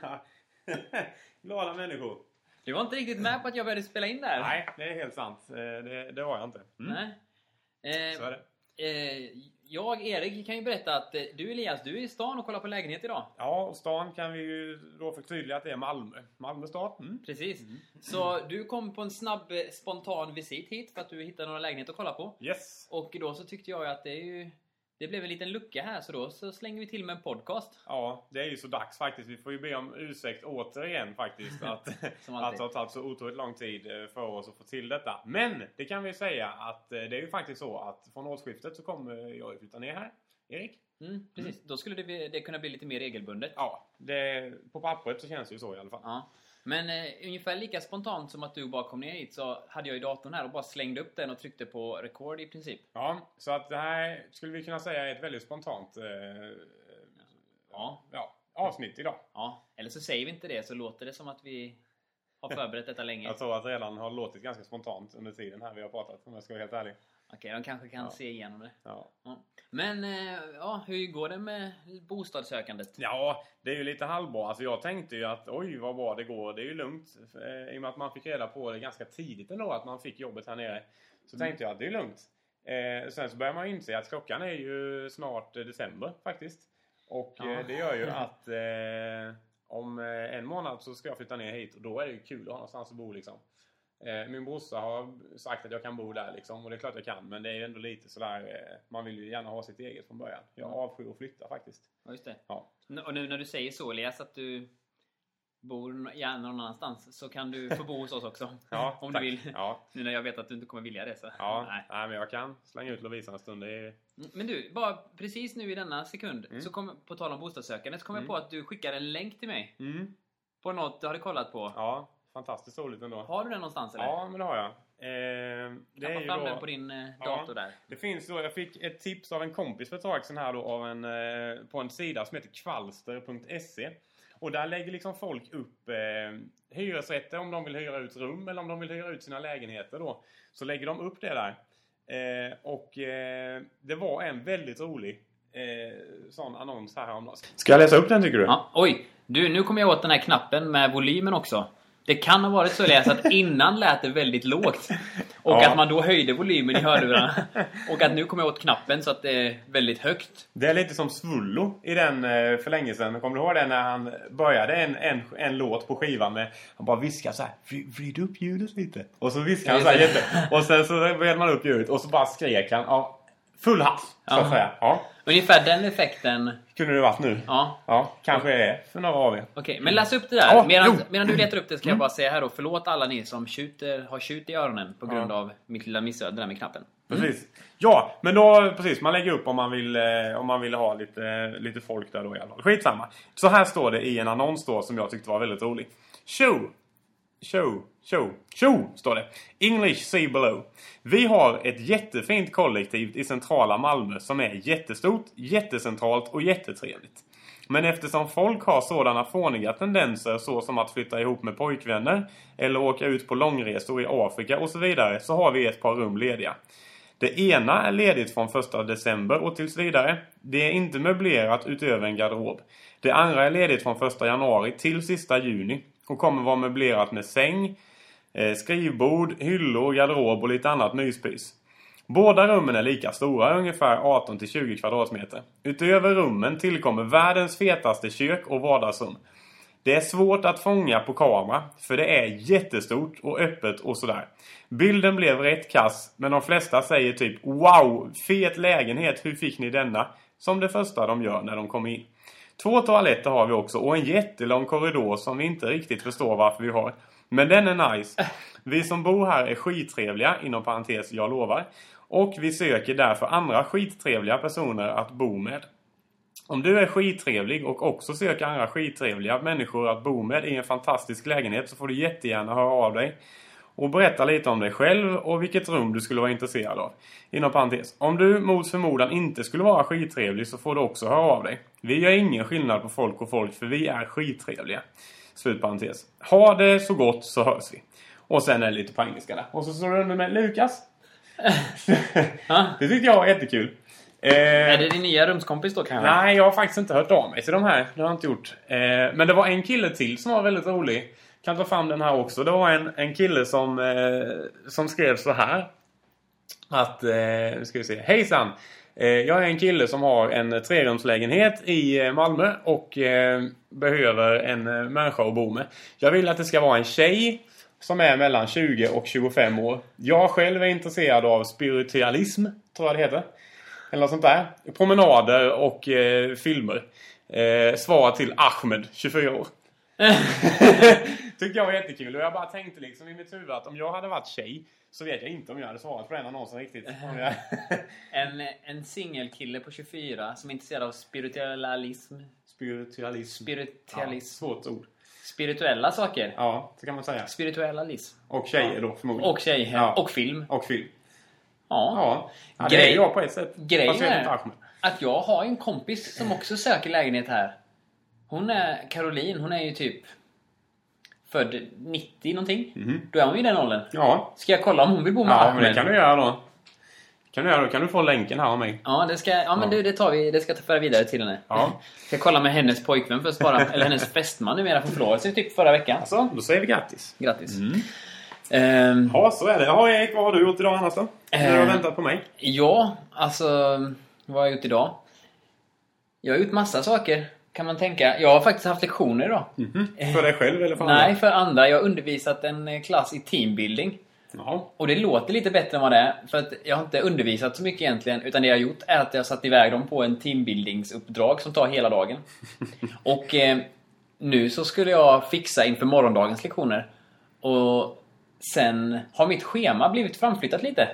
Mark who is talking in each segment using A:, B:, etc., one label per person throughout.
A: glada, glada människor.
B: Du var inte riktigt med på att jag började spela in där.
A: Nej, det är helt sant. Eh, Det, det var jag inte. Mm.
B: Nej. Eh,
A: Så är det.
B: Eh, jag, Erik, kan ju berätta att eh, du Elias, du är i stan och kollar på lägenhet idag.
A: Ja, och stan kan vi ju då förtydliga att det är Malmö. Malmö stad. Mm.
B: Precis. Så du kom på en snabb, eh, spontan visit hit för att du hittade några lägenheter att kolla på.
A: Yes.
B: Och då så tyckte jag ju att det är ju... Det blev en liten lucka här så då så slänger vi till med en podcast.
A: Ja, det är ju så dags faktiskt. Vi får ju be om ursäkt återigen faktiskt. Att,
B: Som alltid.
A: att det har tagit så otroligt lång tid eh, för oss att få till detta. Men det kan vi ju säga att eh, det är ju faktiskt så att från årsskiftet så kommer jag ju flytta ner här. Erik?
B: Mm, precis. Då skulle det, bli- det kunna bli lite mer regelbundet.
A: Ja, det, på pappret så känns det ju så i alla fall.
B: Ja. Men eh, ungefär lika spontant som att du bara kom ner hit så hade jag ju datorn här och bara slängde upp den och tryckte på record i princip.
A: Ja, så att det här skulle vi kunna säga är ett väldigt spontant eh,
B: Ja.
A: ja, avsnitt idag.
B: ja. Eller så säger vi inte det så låter det som att vi har förberett detta länge.
A: Jag tror att det redan har låtit ganska spontant under tiden här vi har pratat om jag ska vara helt ärlig.
B: Okej, de kanske kan se igenom det.
A: Ja.
B: Ja. Men eh, ja, hur går det med bostadssökandet?
A: ja, det är ju lite halvbra. Alltså jag tänkte ju att oj vad bra det går, det är ju lugnt. Eh, I och med att man fick reda på det ganska tidigt ändå att man fick jobbet här nere. Så tänkte jag att det är lugnt. Eh, sen så börjar man ju inse att klockan är ju snart eh, december faktiskt. Och
B: Ja.
A: eh, det gör ju att eh, om eh, en månad så ska jag flytta ner hit och då är det ju kul att ha någonstans att bo liksom. Eh, Min brorsa har sagt att jag kan bo där liksom och det är klart jag kan men det är ju ändå lite sådär eh, man vill ju gärna ha sitt eget från början. Jag avskyr att flytta faktiskt.
B: Ja, just det.
A: Ja.
B: N- Och nu när du säger så Elias, att du bor nå- gärna någon annanstans, så kan du få bo hos oss också.
A: Ja,
B: om
A: tack.
B: du vill.
A: Ja,
B: Nu när jag vet att du inte kommer vilja det så.
A: ja. Nej.
B: Nej. Mm,
A: men jag kan slänga ut Lovisa en stund. Det är...
B: Men du, bara precis nu i denna sekund,
A: Mm.
B: så kom, på tal om bostadssökande, så kom jag på att du skickade en länk till mig.
A: mm.
B: På något du hade kollat på.
A: Ja, fantastiskt roligt ändå.
B: Har du den någonstans eller?
A: Ja, men det har jag. Eh, det
B: Tappa
A: är ju
B: fram
A: då-
B: den på din eh,
A: Ja.
B: dator där.
A: Det finns då, jag fick ett tips av en kompis för ett tag sedan här då av en, eh, på en sida som heter kvalster.se. Och där lägger liksom folk upp eh, hyresrätter om de vill hyra ut rum eller om de vill hyra ut sina lägenheter då. Så lägger de upp det där. Eh, och eh, det var en väldigt rolig eh, sån annons här om Ska jag läsa upp den tycker du?
B: Ja, oj! Du, nu kommer jag åt den här knappen med volymen också. Det kan ha varit så Elias att innan lät det väldigt lågt. Och
A: Ja.
B: att man då höjde volymen i hörlurarna. Och att nu kommer jag åt knappen så att det är väldigt högt.
A: Det är lite som Svullo i den eh, för länge sedan. Kommer du ihåg det när han började en, en, en låt på skivan med... Han bara viskar så här. "Vri- Vrid upp ljudet lite. Och så viskar han så här
B: just det.
A: jätte... Och sen så vred man upp ljudet och så bara skrek han. Ja, full hatt, så att
B: Ja.
A: säga. Ja,
B: Ungefär den effekten.
A: kunde det varit nu.
B: Ja,
A: Ja, kanske det är för några av er.
B: okej. Men läs upp det där.
A: Ja,
B: medan,
A: jo. Mm.
B: medan du letar upp det ska jag bara säga här då. Förlåt alla ni som tjuter, har tjut i öronen på grund
A: Ja.
B: av mitt lilla missöde där med knappen.
A: Precis. Ja, men då precis. Man lägger upp om man vill, eh, om man vill ha lite, eh, lite folk där då i alla fall. Skitsamma. Så här står det i en annons då som jag tyckte var väldigt rolig. Show! Show, show, show står det. English see below. Vi har ett jättefint kollektiv i centrala Malmö som är jättestort, jättecentralt och jättetrevligt. Men eftersom folk har sådana fåniga tendenser såsom att flytta ihop med pojkvänner eller åka ut på långresor i Afrika och så vidare så har vi ett par rum lediga. Det ena är ledigt från 1 december och tills vidare. Det är inte möblerat utöver en garderob. Det andra är ledigt från 1 januari till sista juni och kommer vara möblerat med säng, eh, skrivbord, hyllor, garderob och lite annat myspys. Båda rummen är lika stora, ungefär 18 till 20 kvadratmeter. Utöver rummen tillkommer världens fetaste kök och vardagsrum. Det är svårt att fånga på kamera, för det är jättestort och öppet och sådär. Bilden blev rätt kass, men de flesta säger typ Wow, fet lägenhet, hur fick ni denna? Som det första de gör när de kommer in. Två toaletter har vi också och en jättelång korridor som vi inte riktigt förstår varför vi har. Men den är nice. Vi som bor här är skittrevliga, inom parentes jag lovar. Och vi söker därför andra skittrevliga personer att bo med. Om du är skittrevlig och också söker andra skittrevliga människor att bo med i en fantastisk lägenhet så får du jättegärna höra av dig och berätta lite om dig själv och vilket rum du skulle vara intresserad av. Inom parentes. Om du mot förmodan inte skulle vara skittrevlig så får du också höra av dig. Vi gör ingen skillnad på folk och folk för vi är skittrevliga. Slut parentes. Ha det så gott så hörs vi. Och sen är det lite på engelska där. Och så står det under med Lukas.
B: Ja.
A: det tyckte jag var jättekul. Eh,
B: Är det din nya rumskompis då kanske?
A: Nej, jag har faktiskt inte hört av mig till de här. Det har jag inte gjort. Eh, men det var en kille till som var väldigt rolig. Kan ta fram den här också. Det var en, en kille som, eh, som skrev så här. Att, eh, nu ska vi se. Hejsan! Eh, jag är en kille som har en trerumslägenhet i eh, Malmö och eh, behöver en eh, människa att bo med. Jag vill att det ska vara en tjej som är mellan 20 och 25 år. Jag själv är intresserad av spiritualism, tror jag det heter. Eller något sånt där. Promenader och eh, filmer. Eh, svar till Ahmed, 24 år. Tyckte jag var jättekul och jag bara tänkte liksom i mitt huvud att om jag hade varit tjej så vet jag inte om jag hade svarat på den annonsen riktigt. Om jag...
B: Ehm, En, en singelkille på 24 som är intresserad av spiritualism.
A: Spiritualism.
B: Spiritualism.
A: Ja, svårt ord.
B: Spirituella saker.
A: Ja, det kan man säga.
B: Spiritualism.
A: Och tjejer då förmodligen.
B: Och tjejer.
A: Ja.
B: Och film.
A: Och film.
B: Ja.
A: Ja, ja det
B: Grej-
A: är jag på ett sätt.
B: grejen
A: Fast jag heter
B: är-
A: inte Ahmed.
B: Att jag har en kompis som också söker lägenhet här. Hon är Caroline. Hon är ju typ född 90 någonting. Då är hon ju i den åldern.
A: Ja,
B: Ska jag kolla om hon vill bo med
A: Mhm. ja men
B: Ahmed?
A: det kan du göra då. Kan du göra då? Kan du få länken här av mig?
B: Ja, det ska, ja men
A: Ja.
B: du, det tar vi. Det ska jag föra vidare till henne.
A: Ja.
B: Ska kolla med hennes pojkvän först bara. Eller hennes fästman numera. Hon förlovade sig typ förra veckan.
A: Alltså, då säger vi grattis.
B: Grattis.
A: Mm.
B: Ehm,
A: Ja, så är det. Ja, Erik, vad har du gjort idag annars då? När du har
B: Eh.
A: väntat på mig?
B: ja, alltså... Vad har jag gjort idag? Jag har gjort massa saker, kan man tänka. Jag har faktiskt haft lektioner idag.
A: Mhm.
B: Eh,
A: Hm? För dig själv eller för
B: Nej,
A: andra?
B: för andra. Jag har undervisat en eh, klass i teambuilding.
A: Ja.
B: Och det låter lite bättre än vad det är, för att jag har inte undervisat så mycket egentligen. Utan det jag har gjort är att jag har satt iväg dem på en teambuildingsuppdrag som tar hela dagen. Och eh, nu så skulle jag fixa inför morgondagens lektioner. Och sen har mitt schema blivit framflyttat lite.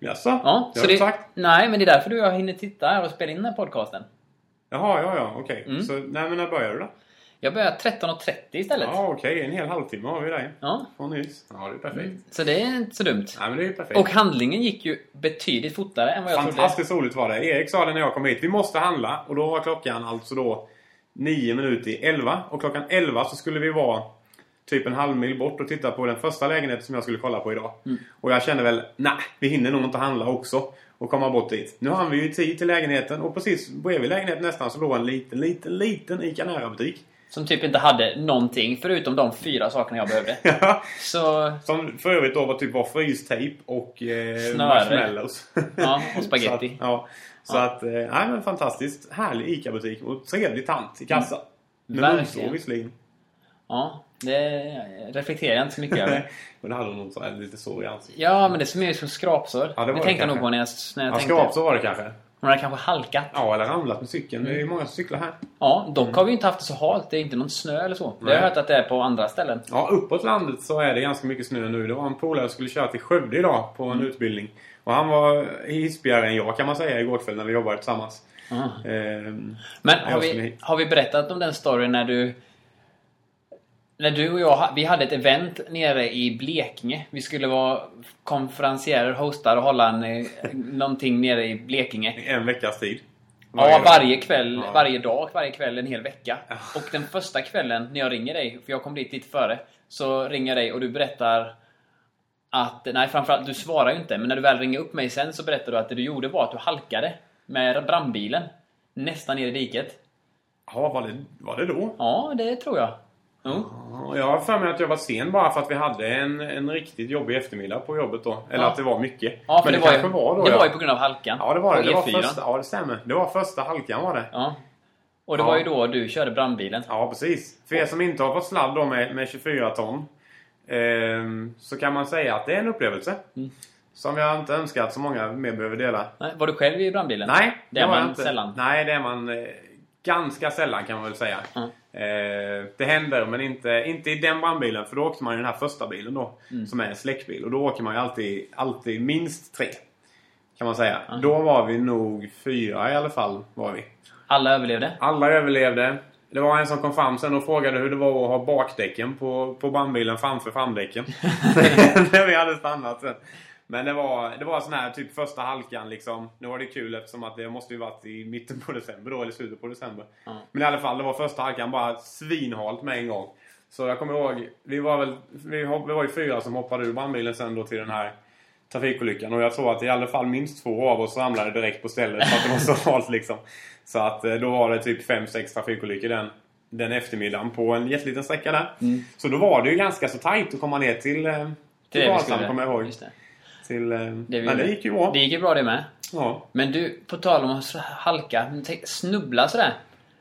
A: Jaså?
B: Ja,
A: det
B: så
A: har
B: det,
A: du sagt?
B: nej, men det är därför du och jag hinner titta här och spela in den här podcasten.
A: Jaha, ja, ja, okej.
B: Mm.
A: Så, nej, men när börjar du då?
B: Jag börjar 13.30 istället.
A: Ja, okej. En hel halvtimme har vi dig.
B: Ja,
A: Från nyss. Ja, det är perfekt.
B: så det är inte så dumt.
A: Mm. Nej, men det är ju perfekt.
B: Och handlingen gick ju betydligt fortare än vad jag trodde.
A: Fantastiskt roligt var det. Erik sa det när jag kom hit. Vi måste handla. Och då var klockan alltså då 9 minuter i 11. Och klockan 11 så skulle vi vara typ en halv mil bort och titta på den första lägenheten som jag skulle kolla på idag.
B: Mm.
A: Och jag kände väl, nej, vi hinner nog inte handla också. Och komma bort dit. Nu har vi ju tid till lägenheten och precis bredvid lägenheten nästan så låg en liten, liten, liten ICA Nära-butik.
B: Som typ inte hade någonting förutom de fyra sakerna jag behövde. Så,
A: Som för övrigt då var typ var frystejp och eh,
B: Snöre.
A: marshmallows.
B: ja, och
A: Så att,
B: spaghetti.
A: ja. Så att, eh, nej men fantastiskt härlig ICA-butik och trevlig tant i kassan. Med
B: Verkligen.
A: munsår visserligen.
B: Ja, det reflekterar jag inte så mycket över.
A: Men det hade hon nog så här lite sår i ansiktet.
B: Ja, men det ser mer ut som skrapsår.
A: Ja, det
B: det,
A: var det
B: tänkte jag nog
A: kanske.
B: på när jag, när jag
A: Ja,
B: tänkte.
A: skrap så var det kanske.
B: Hon hade kanske halkat.
A: Ja, eller ramlat med cykeln. Det är ju många som cyklar här.
B: Ja, dock har vi inte haft det så halt. Det är inte någon snö eller så. Det har jag
A: Mm. Nej.
B: hört att det är på andra ställen.
A: Ja, uppåt landet så är det ganska mycket snö nu. Det var en polare som skulle köra till Skövde idag på en
B: Mm.
A: utbildning. Och han var hispigare än jag kan man säga igår kväll när vi jobbade tillsammans. Ehm,
B: Men
A: jag
B: har
A: skulle
B: vi,
A: hit.
B: har vi berättat om den storyn när du... När du och jag, ha- vi hade ett event nere i Blekinge. Vi skulle vara konferencierer, hostar och hålla en, eh, någonting nere i Blekinge.
A: I en veckas tid.
B: Ja,
A: dag.
B: varje kväll,
A: Ja.
B: varje dag, varje kväll, en hel vecka. Och den första kvällen när jag ringer dig, för jag kom dit lite före, så ringer jag dig och du berättar att, nej framförallt, du svarar ju inte, men när du väl ringer upp mig sen så berättar du att det du gjorde var att du halkade med brandbilen nästan ner i diket.
A: Ja, var det, var det då?
B: Ja, det tror jag. Jo.
A: Ja, Jag har för mig att jag var sen bara för att vi hade en, en riktigt jobbig eftermiddag på jobbet då. Eller
B: Ja.
A: att det var mycket.
B: Ja, för det, var ju,
A: kanske var då.
B: det
A: ja.
B: var ju på grund av halkan.
A: ja, det var det.
B: På
A: det var
B: E4.
A: första, ja, det stämmer. Det var första halkan var det.
B: Ja. Och det
A: Ja.
B: var ju då du körde brandbilen.
A: Ja, precis. För er som inte har fått sladd då med, med 24 ton ehm, så kan man säga att det är en upplevelse.
B: Mm.
A: Som jag inte önskar att så många mer behöver dela.
B: Nej, var du själv i brandbilen?
A: Nej,
B: det är
A: var
B: man
A: jag inte.
B: sällan.
A: Nej, det är man eh, ganska sällan kan man väl säga.
B: Mm.
A: Eh, det händer, men inte, inte i den brandbilen. För då åkte man i den här första bilen då,
B: Mm.
A: som är en släckbil. Och då åker man ju alltid, alltid minst tre. Kan man säga.
B: Mm.
A: Då var vi nog fyra i alla fall. Var vi.
B: Alla överlevde?
A: Alla överlevde. Det var en som kom fram sen och frågade hur det var att ha bakdäcken på, på brandbilen framför framdäcken. När vi hade stannat sen. Men det var, det var sån här typ första halkan liksom. Nu var det kul eftersom att det måste ju varit i mitten på december då, eller slutet på december.
B: Ja.
A: Men i alla fall, det var första halkan bara svinhalt med en gång. Så jag kommer ihåg, vi var väl vi, hop- vi var ju fyra som hoppade ur brandbilen sen då till den här trafikolyckan. Och jag tror att i alla fall minst två av oss ramlade direkt på stället för att det var så halt liksom. Så att eh, då var det typ 5-6 trafikolyckor den, den eftermiddagen på en jätteliten sträcka där. Så då var det ju ganska så tajt att komma ner till, eh, till
B: Mm. vi
A: Karlshamn
B: skulle-
A: kommer jag ihåg.
B: Just det.
A: Till, eh,
B: Det vi
A: men det
B: gjorde.
A: gick ju bra.
B: Det gick ju bra det med.
A: Ja.
B: Men du, på tal om att halka, tänk- snubbla sådär.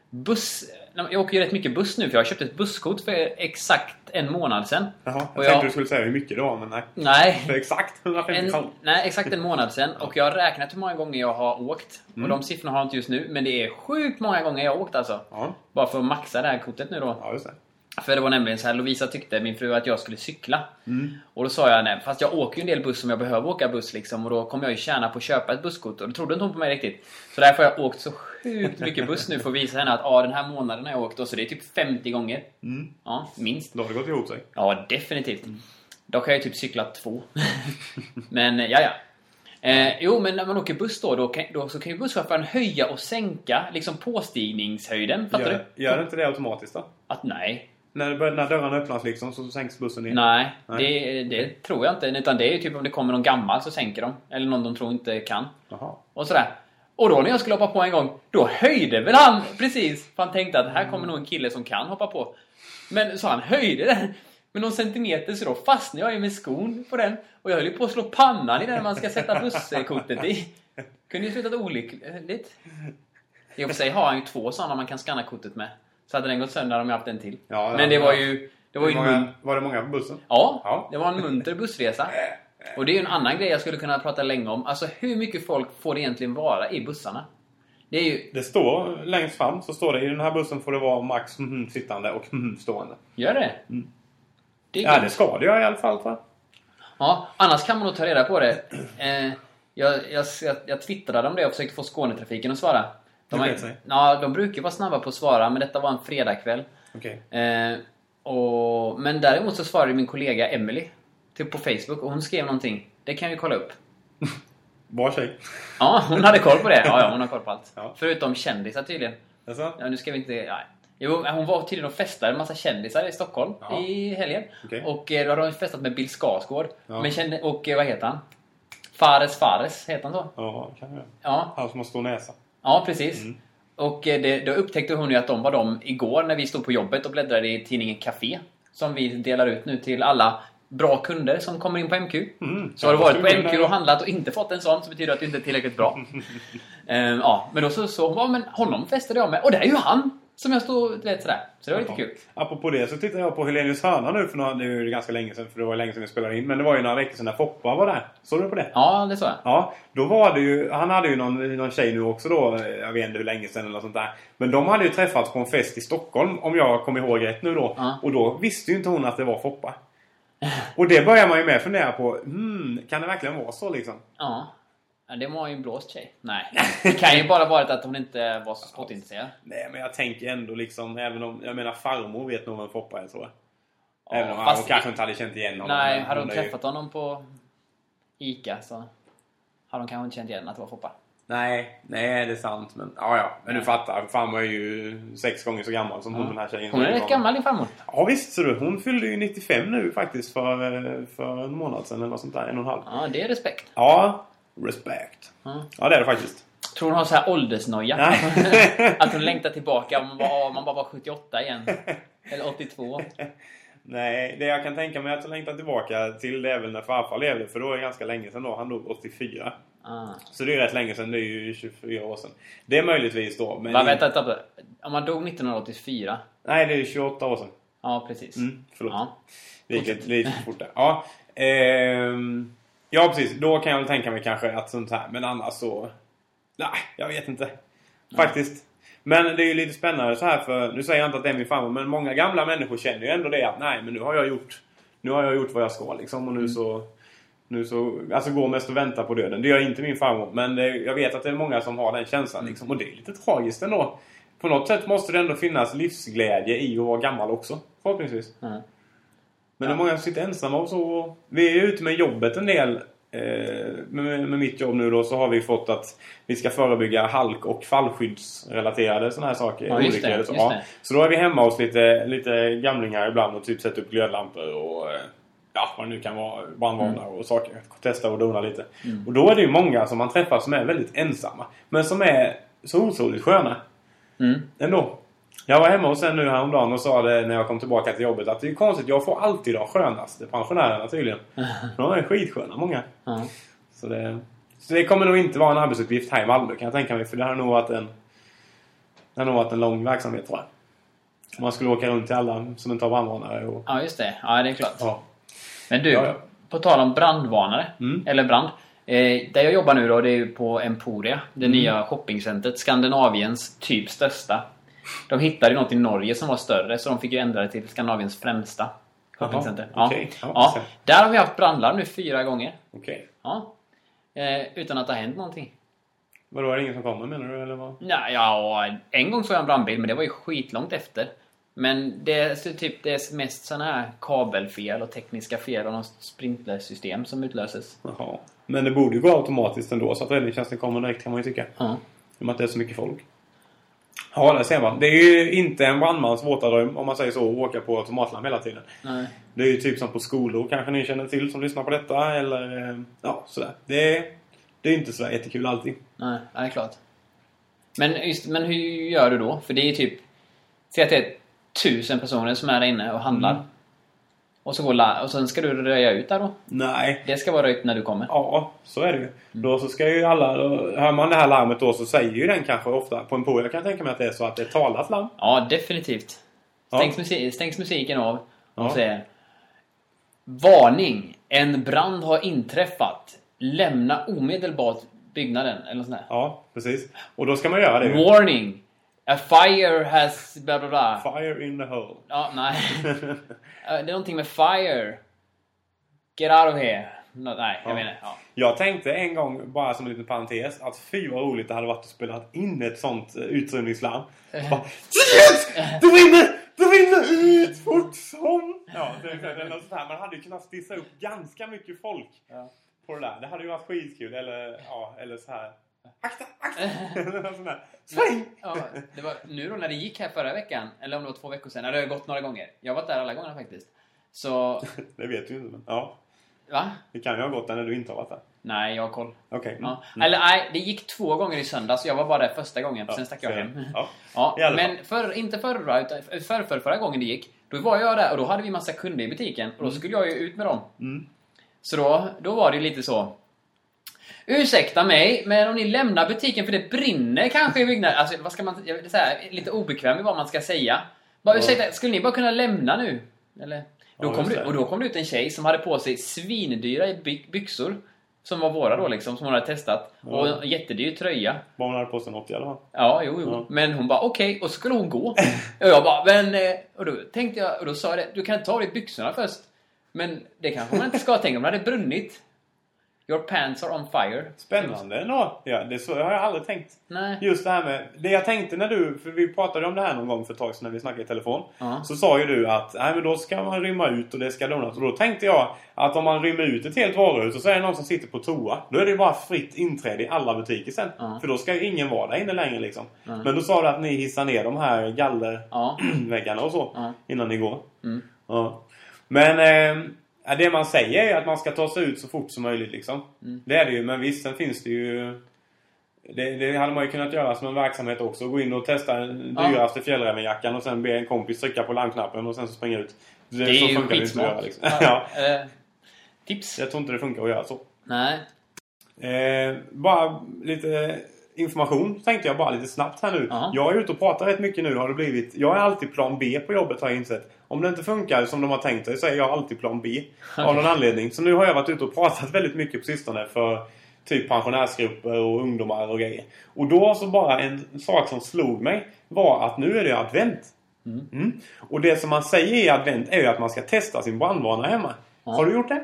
B: Buss... Jag åker ju rätt mycket buss nu för jag har köpt ett busskort för exakt en månad sedan.
A: Jaha, jag
B: Och
A: tänkte
B: jag-
A: du skulle säga hur mycket det var, men nej.
B: Nej,
A: För exakt 150
B: en,
A: kronor.
B: nej, exakt en månad sedan. Och jag har räknat hur många gånger jag har åkt.
A: Mm.
B: Och de siffrorna har jag inte just nu, men det är sjukt många gånger jag har åkt alltså.
A: Ja,
B: Bara för att maxa det här kortet nu då.
A: ja, just det.
B: För det var nämligen så här, Lovisa tyckte, min fru, att jag skulle cykla. Och då sa jag nej, fast jag åker ju en del buss om jag behöver åka buss liksom. Och då kommer jag ju tjäna på att köpa ett busskort. Och då trodde inte hon på mig riktigt. Så därför har jag åkt så sjukt mycket buss nu för att visa henne att ah, den här månaden har jag åkt. Och så det är typ 50 gånger. Ja, minst.
A: Då har det gått ihop sig.
B: Ja, definitivt. Dock har jag ju typ cyklat två. men eh, ja, ja. Eh, jo, men när man åker buss då, då, kan, då så kan ju busschauffören höja och sänka liksom påstigningshöjden. Fattar
A: Gör,
B: du?
A: gör det inte det automatiskt då?
B: Att nej.
A: När, det bör- när dörrarna öppnas liksom så sänks bussen ner?
B: Nej,
A: Nej.
B: Det, det tror jag inte. Utan det är ju typ om det kommer någon gammal så sänker de. Eller någon de tror inte kan.
A: Jaha.
B: Och sådär. Och då när jag skulle hoppa på en gång, då höjde väl han precis. För han tänkte att här
A: Mm.
B: kommer nog en kille som kan hoppa på. Men så han höjde den med någon centimeter så då fastnade jag ju med skon på den. Och jag höll ju på att slå pannan i den man ska sätta busskortet i. Kunde ju slutat olyckligt. I och för sig har han ju två sådana man kan scanna kortet med. Så hade den gått sönder om jag haft en till.
A: Ja, ja,
B: Men det var
A: ja.
B: ju... Det var
A: Var,
B: ju en mun-
A: många, var det många på bussen?
B: Ja,
A: Ja.
B: det var en munter bussresa. Och det är ju en annan grej jag skulle kunna prata länge om. Alltså hur mycket folk får det egentligen vara i bussarna? Det är ju...
A: Det står längst fram så står det i den här bussen får det vara max mm, sittande och mm, stående.
B: Gör det? Det är
A: Mm. Ja,
B: ja,
A: det ska det göra i alla fall tror jag.
B: ja, annars kan man nog ta reda på det. Eh, jag, jag, jag, jag twittrade om det och försökte få Skånetrafiken att svara. De,
A: Det
B: har-
A: sket sig.
B: ja, de brukar vara snabba på att svara, men detta var en fredagkväll.
A: Okej.
B: Eh, och, men däremot så svarade min kollega Emily typ på Facebook och hon skrev någonting. Det kan vi kolla upp.
A: Bra tjej.
B: Ja, hon hade koll på det. Ja, ja hon har koll på allt.
A: Ja.
B: Förutom kändisar tydligen.
A: Jaså?
B: Ja, nu ska vi inte... Nej. Jo, hon var tydligen och festade en massa kändisar i Stockholm
A: Ja.
B: i helgen.
A: Okej.
B: Och eh, då hade hon festat med Bill Skarsgård.
A: Ja.
B: Men kände, och eh, vad heter han? Fares Fares, heter han så?
A: Ja, det kan jag göra.
B: Ja,
A: Han som har stor näsa.
B: ja precis.
A: Mm.
B: Och eh, det, då upptäckte hon ju att de var de igår när vi stod på jobbet och bläddrade i tidningen Café. Som vi delar ut nu till alla bra kunder som kommer in på MQ.
A: Mm.
B: Så har du
A: Ja,
B: varit
A: skulle
B: på MQ
A: kunna-
B: och handlat och inte fått en sån så betyder det att du inte är tillräckligt bra. Ehm, ja, men då så, så hon bara, men honom festade jag med. Och det är ju han! Som jag stod, du vet sådär. Så det var lite
A: Ja.
B: kul.
A: Apropå det så tittar jag på Helenius hörna nu för några, det är ju ganska länge sedan för det var länge sedan vi spelade in. Men det var ju några veckor sedan när Foppa var där. Såg du på det?
B: Ja, det sa jag.
A: Ja, då var det ju, han hade ju någon, någon tjej nu också då, eh, jag vet inte hur länge sedan eller sånt där. Men de hade ju träffats på en fest i Stockholm, om jag kommer ihåg rätt nu då.
B: Ja.
A: Och då visste ju inte hon att det var Foppa. Och det börjar man ju med fundera på, hmm, kan det verkligen vara så liksom?
B: Ja. ja det var ju en blåst tjej. Nej. Det kan ju bara varit att hon inte var så sportintresserad.
A: Nej, men jag tänker ändå liksom, även om, jag menar farmor vet nog vem Foppa är tror jag. Även om han
B: fast-
A: kanske inte hade känt igen honom.
B: Nej,
A: men
B: hade hon
A: är ju-
B: träffat honom på ICA så hade hon kanske inte känt igen att det var Foppa.
A: Nej, nej det är sant. Men ja, ja. Men du fattar. Farmor är ju sex gånger så gammal som hon den här tjejen.
B: Hon är rätt gammal, din farmor.
A: Ja visst, ser du. Hon fyllde ju 95 nu faktiskt för, eh, för en månad sedan eller något sånt där. En och en halv.
B: Ja, det är respekt.
A: Ja, respect.
B: Mm.
A: Ja, det är det faktiskt.
B: Tror hon har så här åldersnoja?
A: Nej.
B: att hon längtar tillbaka om man bara, om man bara var 78 igen. Eller 82.
A: Nej, det jag kan tänka mig att jag längtar tillbaka till det är väl när farfar levde. För då är det ganska länge sedan då. Han dog 84.
B: Ah.
A: Så det är rätt länge sedan. Det är ju 24 år sedan. Det är möjligtvis då. Men
B: Men vänta, vänta, vänta. Om man dog 1984.
A: Nej, det är 28 år sedan.
B: Ja, precis.
A: Mm, förlåt.
B: Ja.
A: Det gick lite- det gick fort där. Ja, ehm, ja, precis. Då kan jag väl tänka mig kanske att sånt här. Men annars så... Nej, jag vet inte. Faktiskt. Men det är ju lite spännande så här för... Nu säger jag inte att det är min farmor, men många gamla människor känner ju ändå det att nej, men nu har jag gjort... Nu har jag gjort vad jag ska liksom och nu så... Nu så, alltså går mest och väntar på döden. Det gör inte min farmor. Men det, jag vet att det är många som har den känslan. Liksom, och det är lite tragiskt ändå. På något sätt måste det ändå finnas livsglädje i att vara gammal också. Förhoppningsvis.
B: Mm.
A: Men det är många som sitter ensamma och så. Vi är ju ute med jobbet en del. Eh, med, med mitt jobb nu då så har vi fått att vi ska förebygga halk och fallskyddsrelaterade sådana här saker.
B: Ja, just det,
A: Olyckor eller så.
B: just
A: Ja.
B: det.
A: så då är vi hemma hos lite, lite gamlingar ibland och typ sätter upp glödlampor och eh, ja, vad det nu kan vara, brandvarnare
B: Mm.
A: och saker. Testa och dona lite. Och då är det ju många som man träffar som är väldigt ensamma. Men som är så otroligt sköna.
B: Mm.
A: Ändå. Jag var hemma hos en nu häromdagen och sa det när jag kom tillbaka till jobbet att det är konstigt, jag får alltid de skönaste pensionärerna tydligen. De är skitsköna många.
B: Ja.
A: Så det, så det kommer nog inte vara en arbetsuppgift här i Malmö kan jag tänka mig. För det här har nog varit en, det har nog varit en lång verksamhet tror jag. Om man skulle åka runt till alla som inte har brandvarnare och...
B: ja, just det. Ja, det är klart.
A: Ja.
B: Men du,
A: Ja, ja.
B: på tal om brandvarnare,
A: Mm.
B: eller brand. Eh, där jag jobbar nu då, det är ju på Emporia. Det
A: Mm.
B: nya shoppingcentret. Skandinaviens typ största. De hittade ju något i Norge som var större, så de fick ju ändra det till Skandinaviens främsta shoppingcenter.
A: Jaha,
B: Ja.
A: okej. Ja,
B: Ja,
A: så.
B: Där har vi haft brandlarm nu fyra gånger.
A: Okej.
B: Ja. Eh, utan att det har hänt någonting.
A: Vadå, är det ingen som kommer menar du? Eller vad?
B: Nej, ja, en gång såg jag en brandbil, men det var ju skitlångt efter. Men det är så typ det är mest såna här kabelfel och tekniska fel och något sprinklersystem som utlöses.
A: Jaha. Men det borde ju gå automatiskt ändå så att räddningstjänsten kommer direkt kan man ju tycka.
B: Ja.
A: I och med att det är så mycket folk. Ja, där ser man. Det är ju inte en brandmans våta dröm om man säger så, att åka på automatlarm hela tiden.
B: Nej.
A: Det är ju typ som på skolor kanske ni känner till som lyssnar på detta eller eh, ja, sådär. Det är, det är inte sådär jättekul alltid.
B: Nej, ja, det är klart. Men, just, men hur gör du då? För det är ju typ... Säg att det är tusen personer som är där inne och handlar. Och, så går, la- och sen ska du röja ut där då?
A: Nej.
B: Det ska vara röjt när du kommer.
A: Ja, så är det ju. Då så ska ju alla, då hör man det här larmet då så säger ju den kanske ofta på en på. Jag kan tänka mig att det är så att det är talat larm.
B: Ja, definitivt.
A: Ja.
B: Stängs, musi- stängs musiken av och
A: Ja.
B: säger Varning! En brand har inträffat. Lämna omedelbart byggnaden. Eller nåt sånt där.
A: Ja, precis. Och då ska man göra det ju.
B: Warning! A fire has... Bla bla bla.
A: Fire in the hole.
B: Ja, nej. Eh, Det är någonting med fire. Get out of here. No, nej, jag
A: Ja.
B: menar... Ja.
A: Jag tänkte en gång, bara som en liten parentes, att fy vad roligt det hade varit att spela in ett sånt eh, utrymningslarm.
B: Eh.
A: Bara, Yes! Du vinner! Du vinner! Ut fort som... Ja, det är klart, eller något sånt här. Man hade ju kunnat stissa upp ganska mycket folk
B: Ja.
A: på det där. Det hade ju varit skitkul. Eller, ja, eller så här. Akta! Akta!
B: Eh.
A: Eller något sånt där. Sväng!
B: Ja, det var, nu då när det gick här förra veckan, eller om det var två veckor sedan, ja, det har gått några gånger. Jag har varit där alla gångerna faktiskt. Så,
A: Det vet du ju inte. Men, ja,
B: va?
A: det kan ju ha gått där när du inte har varit där.
B: Nej, jag har koll.
A: Okej. mm.
B: Ja. Eller nej, det gick två gånger i söndags. Jag var bara där första gången,
A: Ja,
B: sen stack jag
A: så-
B: hem.
A: Ja.
B: Ja,
A: I alla fall.
B: men för, inte förra, utan för, för, förra gången det gick, då var jag där och då hade vi massa kunder i butiken och då skulle jag ju ut med dem.
A: Mm.
B: Så då, då var det lite så. Ursäkta mig, men om ni lämnar butiken för det brinner kanske i byggnaden. Alltså, vad ska man... Jag är så här, lite obekväm i vad man ska säga. Bara,
A: Ja.
B: ursäkta, skulle ni bara kunna lämna nu? Eller? Då
A: Ja,
B: kom
A: just
B: det,
A: det.
B: och då kom det ut en tjej som hade på sig svindyra by- byxor. Som var våra då liksom, som hon hade testat.
A: Ja.
B: Och en jättedyr tröja.
A: Bara hon hade på sig något i alla fall.
B: Ja, jo, jo.
A: Ja.
B: Men hon bara okej, och så skulle hon gå. Och jag bara, men... eh, Och då tänkte jag, och då sa jag det, du kan ta av dig byxorna först. Men det kanske man inte ska tänka, om det hade brunnit. Your pants are on fire.
A: Spännande ändå. Ja, det är så, jag har jag aldrig tänkt.
B: Nej.
A: Just det här med... Det jag tänkte när du... För vi pratade om det här någon gång för ett tag sedan när vi snackade i telefon.
B: Ja.
A: Så sa ju du att nej, men då ska man rymma ut och det ska donas. Och då tänkte jag att om man rymmer ut ett helt varuhus och så är det någon som sitter på toa. Då är det ju bara fritt inträde i alla butiker sen.
B: Ja.
A: För då ska ju ingen vara där inne längre liksom.
B: Ja.
A: Men då sa du att ni hissar ner de här galler...
B: Ja.
A: väggarna och så
B: Ja.
A: innan ni går.
B: Mm.
A: Ja. Men eh, ja, det man säger är att man ska ta sig ut så fort som möjligt. Liksom.
B: Mm.
A: Det är det ju, men visst, sen finns det ju... Det, det hade man ju kunnat göra som en verksamhet också. Gå in och testa den
B: Ja.
A: dyraste fjällrävenjackan och sen be en kompis trycka på larmknappen och sen så springa ut.
B: Det är
A: så
B: ju
A: funkar det inte att göra,
B: skitsmart.
A: liksom.
B: Ja.
A: ja.
B: eh, Tips?
A: Jag tror inte det funkar att göra så.
B: Nej.
A: Eh, bara lite information tänkte jag bara lite snabbt här nu.
B: Ja.
A: Jag är ute och pratar rätt mycket nu har det blivit. Jag är alltid plan B på jobbet har jag insett. Om det inte funkar som de har tänkt sig så är jag alltid plan B. Av någon anledning. Så nu har jag varit ute och pratat väldigt mycket på sistone för typ pensionärsgrupper och ungdomar och grejer. Och då så bara en sak som slog mig var att nu är det advent. Mm. Och det som man säger i advent är ju att man ska testa sin brandvarnare hemma. Har du gjort det?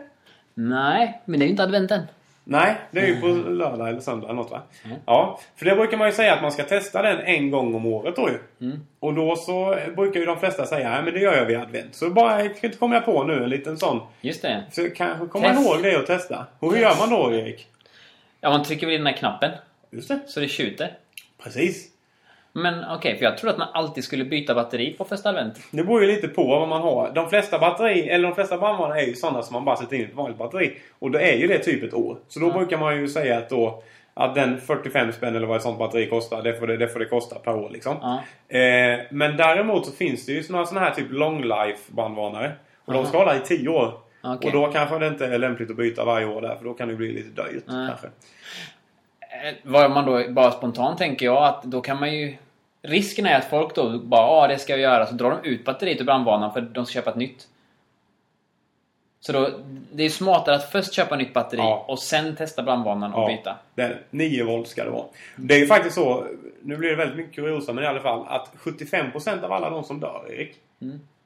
B: Nej, men det är ju inte adventen.
A: Nej, det är ju på lördag eller söndag eller något va? Ja, för det brukar man ju säga att man ska testa den en gång om året då ju. Och då så brukar ju de flesta säga, nej men det gör jag vid advent. Så bara kom jag på nu en liten sån.
B: Just det.
A: Så kanske komma
B: Test.
A: ihåg det och testa. Och hur gör man då Erik?
B: Ja, man trycker väl i den här knappen
A: Just det.
B: så det tjuter.
A: Precis.
B: Men okej, för jag trodde att man alltid skulle byta batteri på första advent.
A: Det beror ju lite på vad man har. De flesta batteri, eller de flesta brandvarnare är ju sådana som man bara sätter in i ett vanligt batteri. Och då är ju det typ ett år. Så då brukar man ju säga att då att den 45 spänn eller vad ett sånt batteri kostar, det får det, det, får det kosta per år liksom.
B: Ja.
A: Eh, men däremot så finns det ju några sådana här typ long life brandvarnare. Och de ska hålla i 10 år.
B: Okej.
A: Och då kanske det inte är lämpligt att byta varje år där för då kan det bli lite dyrt
B: Nej.
A: kanske.
B: Eh, Vad man då bara spontant tänker jag att då kan man ju... Risken är att folk då bara ja ah, det ska vi göra så drar de ut batteriet ur brandvarnaren för de ska köpa ett nytt. Så då, det är ju smartare att först köpa nytt batteri
A: Ja.
B: och sen testa brandvarnaren och byta.
A: Det är, det. 9 volt ska det vara. Det är ju faktiskt så, nu blir det väldigt mycket kuriosa men i alla fall, att 75% av alla de som dör, Erik,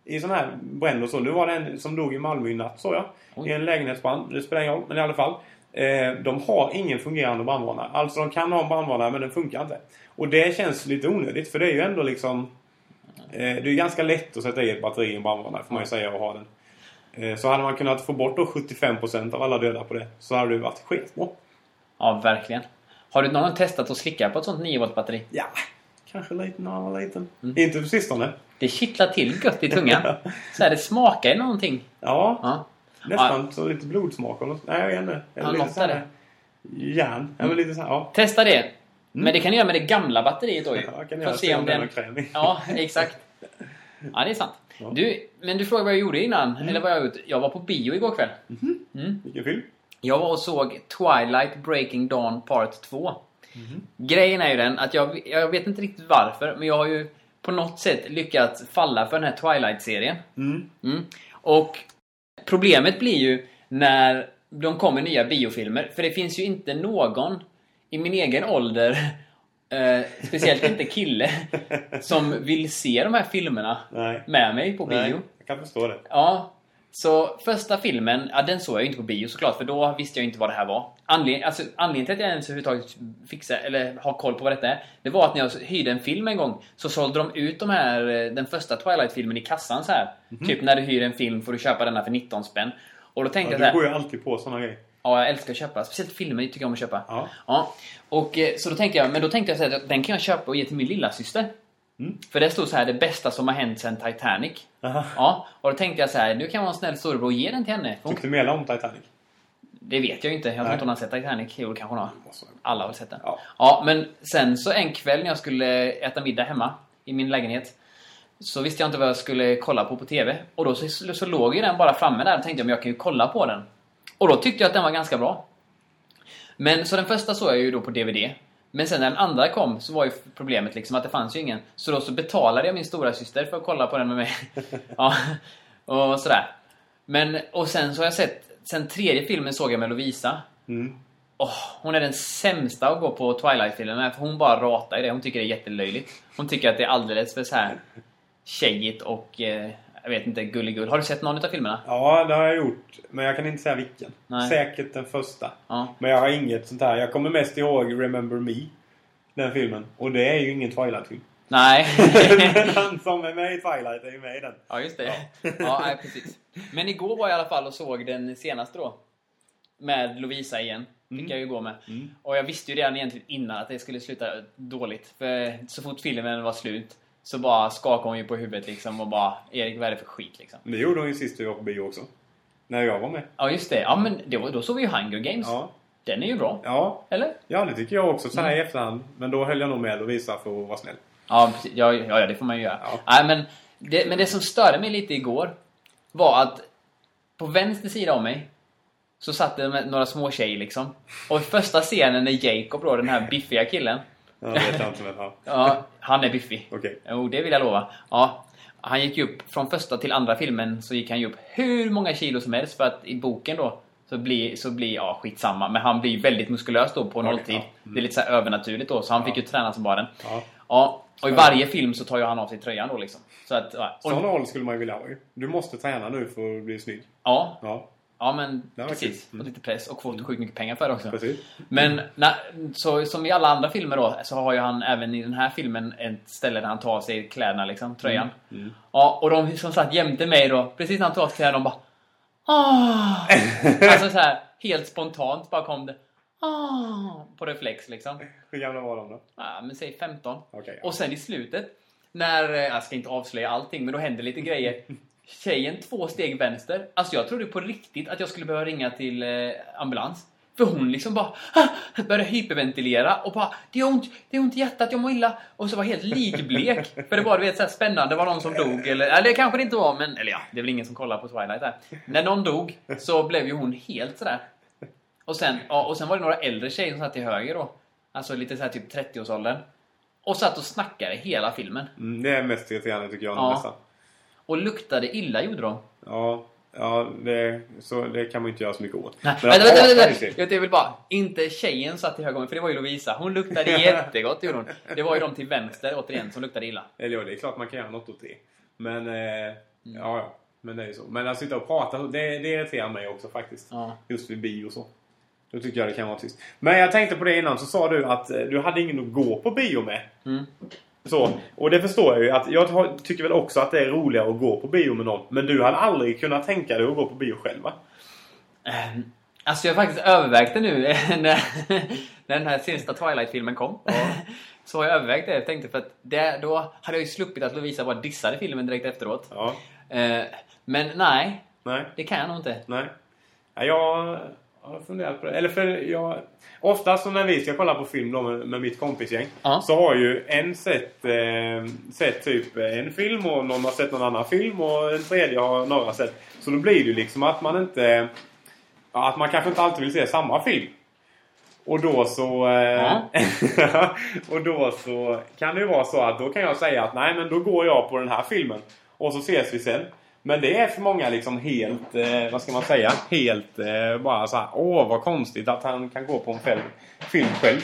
A: i sådana här bränder och så. Nu var det en som dog i Malmö i natt, såg jag.
B: Oj.
A: I en lägenhetsbrand. Det spelar ingen roll, men i alla fall. Eh, de har ingen fungerande brandvarnare. Alltså de kan ha en brandvarnare men den funkar inte. Och det känns lite onödigt för det är ju ändå liksom... Eh, det är ju ganska lätt att sätta i ett batteri i en brandvarnare får man ju säga och ha den. Eh, så hade man kunnat få bort då 75% av alla döda på det så hade det varit skitbra.
B: Ja, verkligen. Har du någon gång testat att slicka på ett sånt 9 volt batteri?
A: Ja, Mm. kanske lite när man var liten. Inte på sistone.
B: Det kittlar till gött i tungan. så här, det smakar ju någonting.
A: Ja,
B: Ja.
A: nästan så lite blodsmak och något. Nej, jag vet inte. Eller
B: Ja,
A: lite
B: något
A: så här-
B: är
A: Järn. Ja, men lite så här, ja.
B: Testa det. Men det kan du göra med det gamla batteriet då ju.
A: Mm. Ja, jag kan
B: Får
A: göra se om den har kräm i.
B: Ja, exakt. Ja, det är sant. Du, men du frågade vad jag gjorde innan. Eller vad jag har gjort. Jag var på bio igår kväll.
A: Vilken film?
B: Jag var och såg Twilight Breaking Dawn Part 2.
A: Mhm.
B: Grejen är ju den att jag, jag vet inte riktigt varför, men jag har ju på något sätt lyckats falla för den här Twilight-serien.
A: Mm.
B: Mm. Och problemet blir ju när de kommer nya biofilmer, för det finns ju inte någon i min egen ålder, eh, speciellt inte kille, som vill se de här filmerna
A: Nej.
B: med mig på bio.
A: Nej, jag kan förstå det.
B: Ja. Så första filmen, ja, den såg jag ju inte på bio såklart för då visste jag inte vad det här var. Anledningen, alltså, anledningen till att jag ens överhuvudtaget fixar, eller har koll på vad detta är, det var att när jag hyrde en film en gång så sålde de ut de här, eh, den första Twilight-filmen i kassan så här.
A: Mhm.
B: Typ när du hyr en film får du köpa denna för 19 spänn. Och då tänkte jag
A: Ja,
B: så här,
A: du går ju alltid på såna grejer.
B: Ja, jag älskar att köpa. Speciellt filmer tycker jag om att köpa.
A: Ja.
B: Och, eh, så då tänkte jag, men då tänkte jag så här, att den kan jag köpa och ge till min lilla syster.
A: Mm.
B: För det stod så här, det bästa som har hänt sedan Titanic.
A: Aha.
B: Ja, och då tänkte jag så här, nu kan jag vara en snäll storebror och ge den till henne. För Hon,
A: Tyckte mer om Titanic.
B: det vet jag ju inte, jag tror inte hon har sett Titanic. Jo, det kanske hon har.
A: Måste hon.
B: Alla har väl sett den.
A: Ja.
B: men sen så en kväll när jag skulle äta middag hemma i min lägenhet. Så visste jag inte vad jag skulle kolla på på TV. Och då så, så låg ju den bara framme där och tänkte jag, men jag kan ju kolla på den. Och då tyckte jag att den var ganska bra. Men så den första såg jag ju då på DVD. Men sen när den andra kom så var ju problemet liksom att det fanns ju ingen. Så då så betalade jag min stora syster för att kolla på den med mig. ja, och sådär. Men, och sen så har jag sett, sen tredje filmen såg jag med Lovisa.
A: Mm.
B: Åh, hon är den sämsta att gå på Twilight-filmer med, för hon bara ratar ju det. Hon tycker det är jättelöjligt. Hon tycker att det är alldeles för så här tjejigt och, eh, jag vet inte, gulligull. Har du sett någon av filmerna?
A: Ja, det har jag gjort. Men jag kan inte säga vilken.
B: Nej.
A: Säkert den första.
B: Ja.
A: Men jag har inget sånt här. Jag kommer mest ihåg Remember Me. Den filmen. Och det är ju ingen Twilight-film.
B: Nej.
A: Han som är med i Twilight är ju med i den.
B: ja, just det. Ja, nej, precis. Men igår var jag i alla fall och såg den senaste då. Med Lovisa igen. Fick jag ju gå med. Och jag visste ju redan egentligen innan att det skulle sluta dåligt. För så fort filmen var slut så bara skakade hon ju på huvudet liksom och bara Erik, vad är det för skit liksom?
A: Men Det gjorde hon ju sist vi var på bio också. När jag var med.
B: Ja, just det. Ja, men det var, då såg vi ju Hunger Games.
A: Ja.
B: Den är ju bra.
A: Ja.
B: Eller?
A: Ja, det tycker jag också. Så här i efterhand. Men då höll jag nog med och visa för att vara snäll.
B: Ja, precis. ja, ja, ja, det får man ju göra.
A: Ja.
B: Nej, men, det, men det som störde mig lite igår var att på vänster sida om mig så satt det med några små tjejer liksom. Och i första scenen är Jacob då, den här biffiga killen.
A: Ja, det vet jag inte men ja.
B: Ja, han är biffig.
A: Okej.
B: Jo, det vill jag lova. Ja, han gick ju upp, från första till andra filmen så gick han ju upp hur många kilo som helst för att i boken då så blir, så blir ja skitsamma, men han blir ju väldigt muskulös då på nolltid.
A: ja.
B: Det är lite så här övernaturligt då, så han fick ju träna som bara den.
A: Ja.
B: Ja, och i varje film så tar ju han av sig tröjan då liksom. Så att, ja. och,
A: Sån roll skulle man ju vilja ha ju. Du måste träna nu för att bli snygg.
B: ja,
A: Ja,
B: ja men
A: var
B: precis.
A: kul. Mm.
B: Och lite press och får sjukt mycket pengar för det också.
A: precis.
B: Men na, så, som i alla andra filmer då så har ju han även i den här filmen ett ställe där han tar av sig kläderna liksom, tröjan.
A: Mm.
B: Ja, och de som satt jämte mig då, precis när han "Ah!" tog av sig kläderna, de bara Åh! Alltså så här, helt spontant bara kom det Ah, på reflex liksom.
A: Hur gamla var de då?
B: Ja, men säg 15.
A: Okej, ja.
B: Och sen i slutet, när, eh, jag ska inte avslöja allting, men då händer lite grejer. Tjejen två steg vänster. Alltså jag trodde på riktigt att jag skulle behöva ringa till eh, ambulans. För hon liksom bara ah, började hyperventilera och bara Det är ont, det är ont i hjärtat, jag mår illa. Och så var helt likblek. För det var du vet, så här spännande, det var någon som dog. Eller, eller det kanske det inte var, men eller ja, det är väl ingen som kollar på Twilight här. När någon dog så blev ju hon helt sådär och sen, ja, och sen var det några äldre tjejer som satt till höger då. Alltså lite så här typ 30-årsåldern. Och satt och snackade hela filmen.
A: Mm, det är mest irriterande tycker jag.
B: Ja.
A: nästan.
B: Och luktade illa gjorde de.
A: Ja, ja det, så det kan man ju inte göra så mycket åt.
B: Nej,
A: Men
B: vänta,
A: jag
B: vänta,
A: hatar
B: vänta.
A: det.
B: Jag jag vill bara, inte tjejen satt till höger om för det var ju Lovisa. Hon luktade jättegott gjorde hon. Det var ju de till vänster återigen som luktade illa.
A: Eller ja, det är klart man kan göra något åt det. Men, eh, ja, ja. Men det är ju så. Men att sitta och prata, det, det irriterar mig också faktiskt.
B: Ja.
A: Just vid bio och så. Då tycker jag det kan vara tyst. Men jag tänkte på det innan så sa du att eh, du hade ingen att gå på bio med.
B: Mm.
A: Så, och det förstår jag ju. Att jag har- tycker väl också att det är roligare att gå på bio med någon. Men du hade aldrig kunnat tänka dig att gå på bio själv va?
B: Ehm, Alltså jag har faktiskt övervägt det nu eh, när, när den här sista Twilight-filmen kom. Så har jag övervägt det. Jag tänkte för att det, då hade jag ju sluppit att Lovisa bara dissade filmen direkt efteråt.
A: Ja.
B: Eh, Men nej,
A: Nej.
B: det kan jag nog inte.
A: Nej. Ja, jag har funderat på det. Eller för jag... Oftast så när vi ska kolla på film då med, med mitt kompisgäng
B: Ja.
A: så har ju en sett, eh, sett typ en film och någon har sett någon annan film och en tredje har några sett. Så då blir det ju liksom att man inte... ja, Att man kanske inte alltid vill se samma film. Och då så... Eh, och då så kan det ju vara så att då kan jag säga att nej men då går jag på den här filmen. Och så ses vi sen. Men det är för många liksom helt, eh, vad ska man säga? Helt eh, bara så här, åh vad konstigt att han kan gå på en fel, film själv.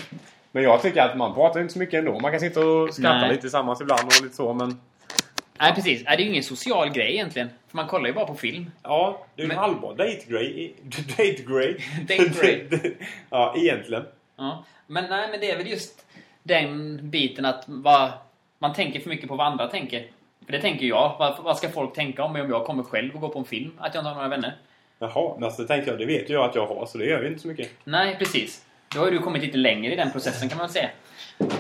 A: Men jag tycker att man pratar inte så mycket ändå. Man kan sitta och skratta
B: Nej.
A: lite tillsammans ibland och lite så men...
B: Nej, precis. Nej, Det är ju ingen social grej egentligen. För man kollar ju bara på film.
A: Ja, det är ju
B: Men-
A: en halvbra date grey. Date grey.
B: Date grey.
A: ja, egentligen.
B: Ja. Men nej, men det är väl just den biten att vad, man tänker för mycket på vad andra tänker. För det tänker jag. Vad, vad ska folk tänka om mig om jag kommer själv och går på en film? Att jag inte har några vänner?
A: Jaha, men alltså, det tänkte jag, det vet ju jag att jag har så det gör ju inte så mycket.
B: Nej, precis. Då har du kommit lite längre i den processen kan man säga.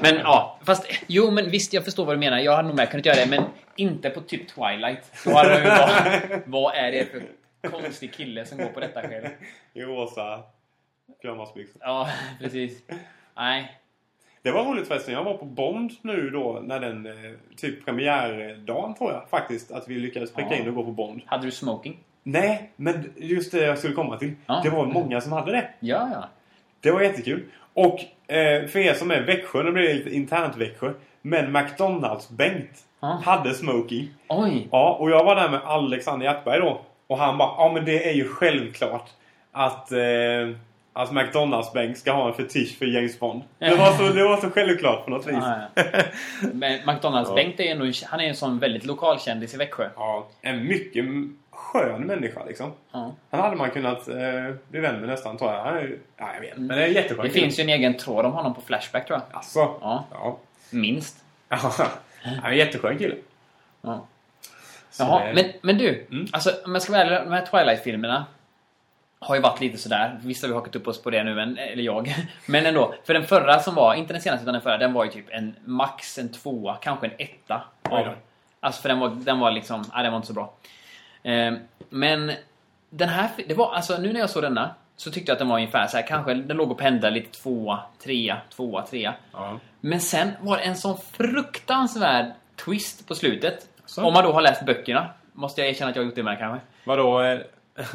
B: Men ja, fast jo men visst jag förstår vad du menar. Jag hade nog med kunnat göra det men inte på typ Twilight. Då hade man ju bara, vad är det för konstig kille som går på detta själv?
A: I rosa pyjamasbyxor.
B: Ja, precis. Nej,
A: Det var roligt förresten. Jag var på Bond nu då när den eh, typ premiärdagen tror jag faktiskt att vi lyckades pricka
B: Ja.
A: in och gå på Bond.
B: Hade du smoking?
A: Nej, men just det jag skulle komma till.
B: Ja.
A: Det var många som hade det.
B: Ja, ja.
A: Det var jättekul. Och eh, för er som är Växjö, nu blir det lite internt Växjö. Men McDonalds-Bengt
B: Ja.
A: hade Smokey.
B: Oj!
A: Ja, och jag var där med Alexander Hjärtberg då. Och han bara, ja men det är ju självklart att, eh, att McDonalds-Bengt ska ha en fetisch för James Bond. Det var så, det var så självklart på något vis.
B: Ja, ja. Men McDonalds Bengt är ju ändå en, han är ju en sån väldigt lokal kändis i Växjö.
A: Ja, en mycket m- skön människa liksom.
B: Ja.
A: Han hade man kunnat eh, bli vän med nästan tror jag. Han är, ju- ja, jag vet Men det är jätteskön.
B: Det finns ju en egen tråd om honom på Flashback tror jag.
A: Alltså.
B: Ja.
A: Ja.
B: Minst.
A: Han är en jätteskön kille.
B: Ja.
A: Så
B: Jaha,
A: det-
B: men, men du,
A: Mm.
B: alltså, om jag ska vara ärlig, de här Twilight-filmerna har ju varit lite sådär. Vissa har vi hakat upp oss på det nu, men, eller jag. Men ändå, för den förra som var, inte den senaste utan den förra, den var ju typ en max en tvåa, kanske en etta.
A: Oj då.
B: Alltså för den var, den var liksom, nej den var inte så bra. Eh, men den här, fi- det var, alltså nu när jag såg denna så tyckte jag att den var ungefär så här, kanske den låg och pendlade lite tvåa, trea, tvåa, trea.
A: Ja.
B: Men sen var det en sån fruktansvärd twist på slutet.
A: Så.
B: Om man då har läst böckerna. Måste jag erkänna att jag har gjort det med kanske.
A: Vadå? eh,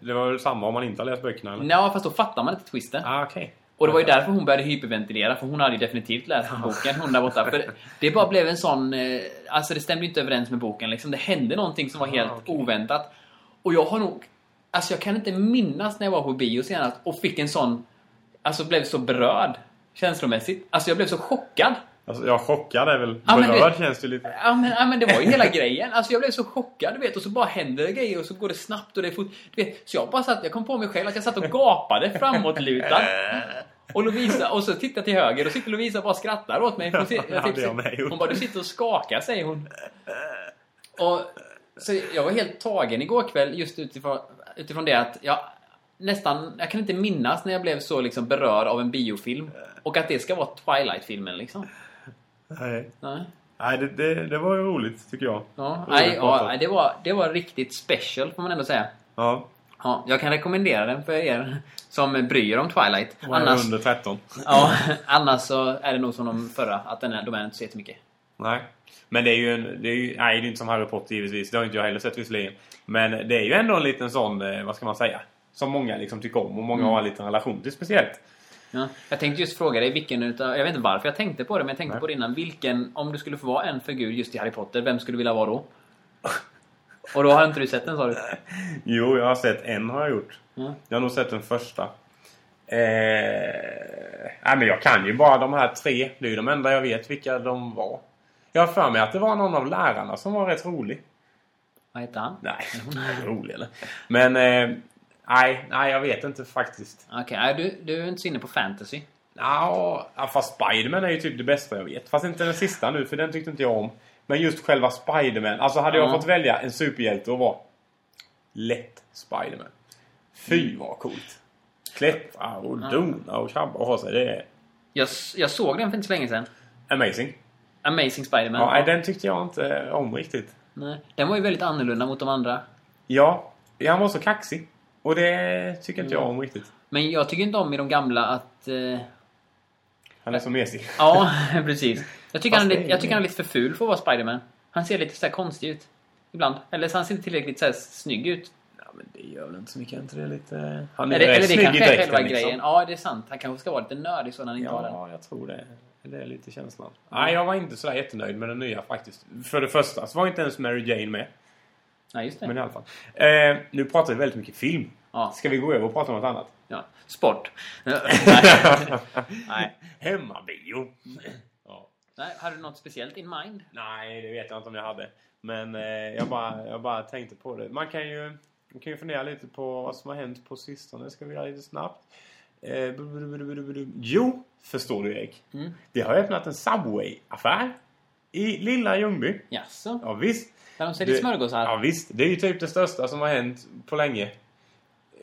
A: det var väl samma om man inte har läst böckerna eller?
B: Nej, fast då fattar man inte twisten.
A: Mm. Ah, okej.
B: Och det var ju därför hon började hyperventilera. För hon hade ju definitivt läst boken, hon där borta. För det bara blev en sån... eh, Alltså det stämde ju inte överens med boken liksom. Det hände någonting som var helt
A: okej.
B: oväntat. Och jag har nog... Alltså jag kan inte minnas när jag var på bio senast och fick en sån... Alltså blev så berörd. Känslomässigt. Alltså jag blev så chockad.
A: Alltså, jag chockad är väl...
B: Ja, men
A: Berörd
B: det-
A: känns det lite.
B: Ja men, ja men det var ju hela grejen. Alltså jag blev så chockad du vet och så bara händer det grejer och så går det snabbt och det är fort. Du vet, så jag bara satt, jag kom på mig själv att jag satt och gapade framåtlutad. Och Lovisa, och så tittar jag till höger och sitter Lovisa och bara skrattar åt mig. Hon, typ
A: Ja, det hade jag med gjort.
B: hon bara du sitter och skakar säger hon. Och, så jag var helt tagen igår kväll just utifrån, utifrån det att jag nästan... Jag kan inte minnas när jag blev så liksom berörd av en biofilm. Och att det ska vara Twilight-filmen liksom.
A: Nej,
B: Nej.
A: Nej det, det, det var ju roligt tycker jag.
B: Ja,
A: Roligt
B: nej, ja,
A: pratat.
B: nej, det, var, det var riktigt special får man ändå säga.
A: Ja,
B: Ja, jag kan rekommendera den för er som bryr er om Twilight.
A: man är
B: Annars,
A: under 13.
B: ja, annars så är det nog som de förra, att den är, de är inte så jättemycket.
A: Nej. Men det är ju en... Det är ju, nej, det är inte som Harry Potter givetvis. Det har inte jag heller sett visserligen. Men det är ju ändå en liten sån, eh, vad ska man säga? Som många liksom tycker om och många
B: Mm.
A: har en liten relation till speciellt.
B: Ja, jag tänkte just fråga dig vilken utav, jag vet inte varför jag tänkte på det, men jag tänkte
A: Nej.
B: på det innan. Vilken, om du skulle få vara en figur just i Harry Potter, vem skulle du vilja vara då? Och då har inte du sett den sa du?
A: Jo, jag har sett en har jag gjort.
B: Ja.
A: Jag har nog sett den första. Eh, nej, men jag kan ju bara de här tre. Det är ju de enda jag vet vilka de var. Jag har för mig att det var någon av lärarna som var rätt rolig.
B: Vad heter han?
A: Nej, rolig eller? Men eh, nej, nej, jag vet inte faktiskt.
B: Okej, nej, du, du är inte så inne på fantasy.
A: Ja, fast Spiderman är ju typ det bästa jag vet. Fast inte den sista nu, för den tyckte inte jag om. Men just själva Spiderman. Alltså hade jag
B: Ja.
A: fått välja en superhjälte och vara lätt Spiderman. Fy vad coolt. Klättra och dona och tjabba och ha sig. Det är
B: Jag, s- jag såg den för inte så länge sedan.
A: amazing.
B: Amazing Spider-Man.
A: Ja, nej, den tyckte jag inte om riktigt.
B: Nej, den var ju väldigt annorlunda mot de andra.
A: Ja, han var så kaxig. Och det tycker inte jag om riktigt.
B: Men jag tycker inte om i de gamla att... Eh,
A: Han är så mesig.
B: ja, precis. Jag tycker,
A: Fast
B: han är,
A: det
B: lite-
A: är
B: jag tycker
A: ju-
B: han är lite för ful för att vara Spiderman. Han ser lite så här konstig ut. Ibland. Eller så han ser inte tillräckligt så här snygg ut.
A: Ja, men det gör väl inte så mycket. Inte det lite... Han
B: Eller, eller det
A: snygg i
B: kanske är
A: dräkten,
B: själva
A: liksom.
B: grejen. Ja, det är sant. Han kanske ska vara lite nördig så när han inte har den.
A: Ja, jag tror det. Det är lite känslan. Nej, jag var inte sådär jättenöjd med den nya faktiskt. För det första så var inte ens Mary Jane med.
B: Nej, just det.
A: Men i alla fall. Eh, nu pratar vi väldigt mycket film.
B: Ja.
A: Ska vi gå över och prata om något annat?
B: Ja. Sport. Nej. Nej.
A: Hemmabio. Ja.
B: Nej. Har du något speciellt in mind?
A: Nej, det vet jag inte om jag hade. Men eh, jag, bara, jag bara tänkte på det. Man kan ju, man kan ju fundera lite på vad som har hänt på sistone. Ska vi göra lite snabbt? Eh, bu- bu- bu- bu- bu- bu- jo, förstår du Erik. Det har öppnat en Subway-affär i lilla Ljungby.
B: Jaså?
A: Ja, visst.
B: Där de säljer
A: Det-
B: smörgåsar?
A: Ja, visst. Det är ju typ det största som har hänt på länge.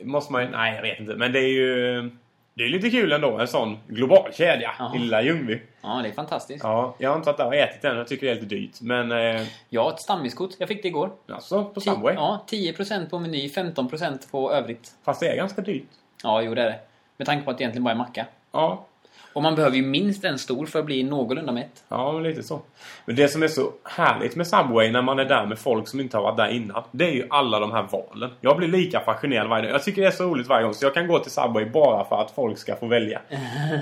A: Måste man ju... Nej, jag vet inte. Men det är ju... Det är lite kul ändå. En sån global kedja
B: Ja.
A: i lilla Ljungby.
B: Ja, det är fantastiskt.
A: Ja, jag har inte varit där och ätit än. Jag tycker det är lite dyrt. Men... Eh,
B: Jag har ett stammiskort. Jag fick det igår.
A: alltså, på
B: Ti-
A: Subway.
B: Typ, Ja, 10% på meny, 15% på övrigt.
A: Fast det är ganska dyrt.
B: Ja, jo det är det. Med tanke på att det egentligen bara är macka.
A: Ja.
B: Och man behöver ju minst en stor för att bli någorlunda mätt.
A: Ja, men lite så. Men det som är så härligt med Subway när man är där med folk som inte har varit där innan. Det är ju alla de här valen. Jag blir lika fascinerad varje dag. Jag tycker det är så roligt varje gång. Så jag kan gå till Subway bara för att folk ska få välja.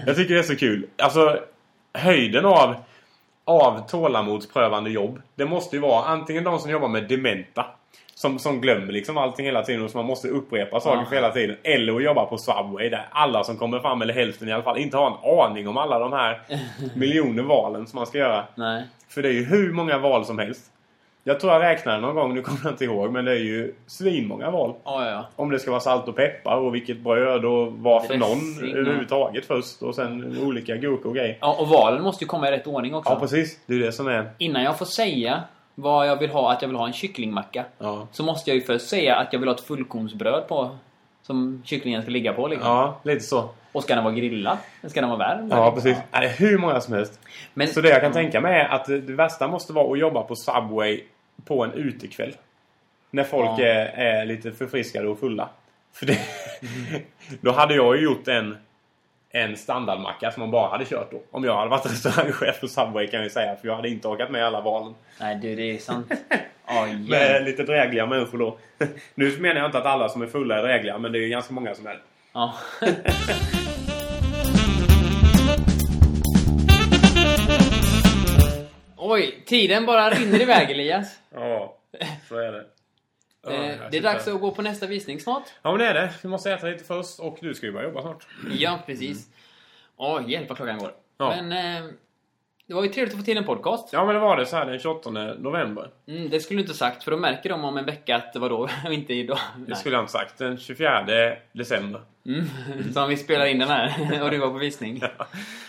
A: Jag tycker det är så kul. Alltså, höjden av, av tålamodsprövande jobb. Det måste ju vara antingen de som jobbar med dementa. Som, som glömmer liksom allting hela tiden och som man måste upprepa saker
B: Ja.
A: för hela tiden. Eller att jobba på Subway där alla som kommer fram, eller hälften i alla fall, inte har en aning om alla de här miljoner valen som man ska göra.
B: Nej.
A: För det är ju hur många val som helst. Jag tror jag räknade någon gång, nu kommer jag inte ihåg, men det är ju svinmånga val.
B: Ja, ja, ja.
A: Om det ska vara salt och peppar och vilket bröd och vad för någon
B: Dressing, ja.
A: överhuvudtaget först. Och sen olika gurkor och grejer.
B: ja. Och valen måste ju komma i rätt ordning också.
A: Ja, precis. Det är det som är...
B: Innan jag får säga vad jag vill ha, att jag vill ha en kycklingmacka.
A: Ja.
B: Så måste jag ju först säga att jag vill ha ett fullkornsbröd på. Som kycklingen ska ligga på liksom.
A: Ja, lite så.
B: Och ska den vara grillad? Ska den vara värm?
A: Ja, precis. Mm. Ja, det är hur många som helst.
B: Men,
A: Så det jag kan tänka mig är att det det värsta måste vara att jobba på Subway på en utekväll. När folk
B: Ja.
A: är, är lite förfriskade och fulla. För det, Mm. då hade jag ju gjort en, en standardmacka som man bara hade kört då. Om jag hade varit restaurangchef på Subway kan jag ju säga. För jag hade inte orkat med alla valen.
B: Nej du, det är sant. Oj.
A: Med lite drägliga människor då. Nu menar jag inte att alla som är fulla är drägliga. Men det är ju ganska många som är det.
B: Ja. Oj, tiden bara rinner iväg Elias.
A: Ja, så är det. Ja,
B: Eh,
A: jag
B: det är
A: sitter-
B: dags att gå på nästa visning snart.
A: Ja men det är det. Vi måste äta lite först och du ska ju börja jobba snart.
B: Ja, precis. Oj, hjälp vad klockan går.
A: Mm. Ja.
B: Men eh, det var ju trevligt att få till en podcast.
A: Ja men det var det så här den 28 november.
B: Mm, det skulle du inte sagt, för då märker de om en vecka att vadå, inte idag.
A: Det
B: Nej.
A: skulle jag inte sagt. Den 24 december.
B: Mm. Som vi spelar in den här och du var på visning.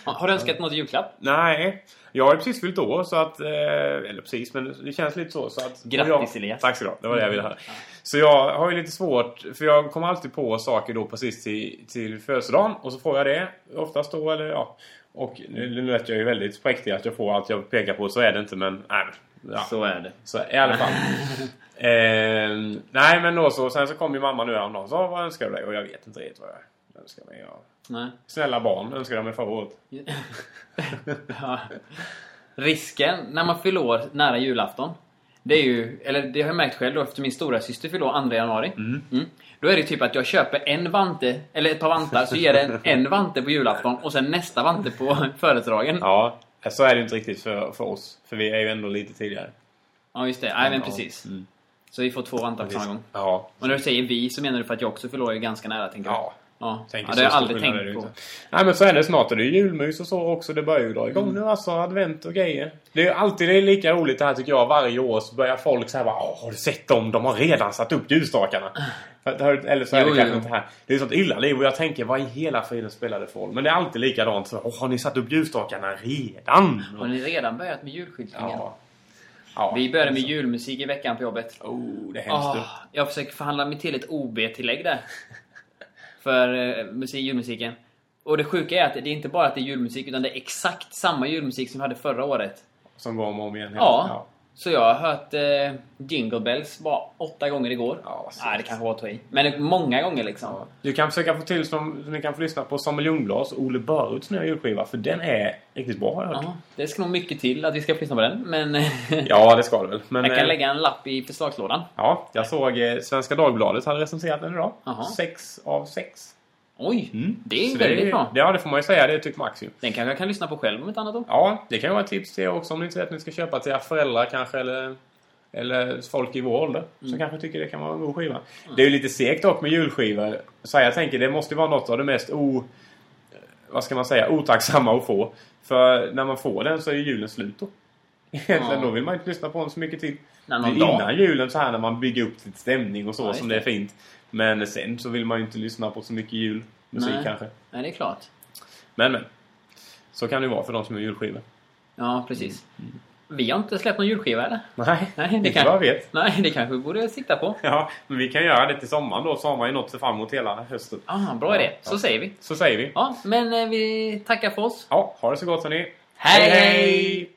B: Har har du önskat något i julklapp?
A: Nej, jag har ju precis fyllt år så att... eh, Eller precis, men det känns lite så. så att,
B: Grattis,
A: jag,
B: Elias.
A: Tack så du ha. Det var det jag ville höra. Så jag har ju lite svårt, för jag kommer alltid på saker då precis till, till födelsedagen. Och så får jag det oftast då, eller ja. Och nu nu lät jag ju väldigt präktig att jag får allt jag pekar på. Så är det inte, men... Nej, men, ja.
B: Så är det.
A: Så i alla fall. Ehm, nej men då så, sen så kom ju mamma nu häromdagen och sa vad önskar du dig? Och jag vet inte riktigt vad jag önskar mig. Jag...
B: Nej.
A: Snälla barn önskar jag mig förra året.
B: Ja. Risken när man fyller år nära julafton. Det är ju, eller det har jag märkt själv då efter min stora syster fyller år 2 januari. Mm. Då är det typ att jag köper en vante, eller ett par vantar, så ger den en vante på julafton och sen nästa vante på födelsedagen. Ja.
A: Ja, så är det inte riktigt för, för oss. För vi är ju ändå lite tidigare.
B: just det. Nej men precis. Så vi får två vantar på samma gång.
A: Mm. Ja.
B: Och när du säger vi så menar du för att jag också fyller år ganska nära tänker jag.
A: Ja.
B: Ja, ja
A: Tänker
B: det
A: så
B: har jag
A: stor
B: aldrig
A: skillnad är det
B: tänkt
A: ju
B: på.
A: inte. Nej men så är det snart. Och det är julmys och så också. Det börjar ju dra
B: Mm.
A: igång nu alltså. Advent och grejer. Det är ju alltid det är lika roligt det här tycker jag. Varje år så börjar folk så här bara Åh, har du sett dem? De har redan satt upp ljusstakarna. För att- har du- Eller så är
B: Jo,
A: det kanske
B: jo.
A: inte här. Det är sånt illa liv och jag tänker vad i hela friden spelar det för roll? Men det är alltid likadant. Så, Åh, har ni satt upp ljusstakarna redan?
B: Har ni redan börjat med julskyltningen?
A: Ja. ja.
B: Vi började med julmusik i veckan på jobbet.
A: Oh, det är hemskt.
B: Ah, jag försöker förhandla mig till ett OB-tillägg där. För eh, musik, julmusiken. Och det sjuka är att det är inte bara att det är julmusik utan det är exakt samma julmusik som vi hade förra året.
A: Som går om och om igen. hela-
B: Ja. Så jag har hört eh, Jingle Bells bara åtta gånger igår.
A: Ja, vad
B: Nej, det kanske var att ta i. Men många gånger liksom.
A: Ja. Du kan försöka få till som, som ni kan få lyssna på Samuel Ljungglas och Olle Böruts nya julskiva. För den är riktigt bra har jag hört.
B: Ja, det ska nog mycket till att vi ska lyssna på den. Men eh,
A: Ja, det ska det väl. Men,
B: jag kan
A: eh,
B: lägga en lapp i förslagslådan.
A: Ja, jag såg eh, Svenska Dagbladet hade recenserat den idag.
B: Jaha.
A: Sex av sex.
B: Oj, det är
A: Mm. Så
B: väldigt
A: det,
B: bra.
A: det- Ja, det får man ju säga. Det är typ max ju.
B: Den kanske jag kan lyssna på själv om ett annat då.
A: Ja, det kan ju vara ett tips till er också om ni inte vet att ni ska köpa till era föräldrar kanske eller, eller folk i vår ålder
B: Mm.
A: som kanske tycker det kan vara en god skiva. Det är ju lite segt dock med julskivor. Så här, jag tänker det måste ju vara något av det mest o... Vad ska man säga? Otacksamma att få. För när man får den så är ju julen slut då. Egentligen
B: Ja.
A: då vill man inte lyssna på den så mycket till.
B: Nej,
A: Det
B: någon
A: är
B: dag.
A: innan julen så här när man bygger upp sin stämning och så
B: Ja, just
A: som det är fint. Men sen så vill man ju inte lyssna på så mycket julmusik
B: Nej.
A: kanske.
B: Nej, det är klart.
A: Men men. Så kan det ju vara för de som är julskivor.
B: Ja, precis. Mm, Vi har inte släppt någon julskiva eller?
A: Nej,
B: Nej, det
A: inte
B: kan-
A: vad jag vet.
B: Nej, det kanske vi borde sikta på.
A: Ja, men vi kan göra det till sommaren då så har man ju något sig fram emot hela hösten.
B: Ah, bra idé. Så säger vi.
A: Så säger vi.
B: Ja, men eh, vi tackar för oss.
A: Ja, ha det så gott hörni.
B: Hej, hej!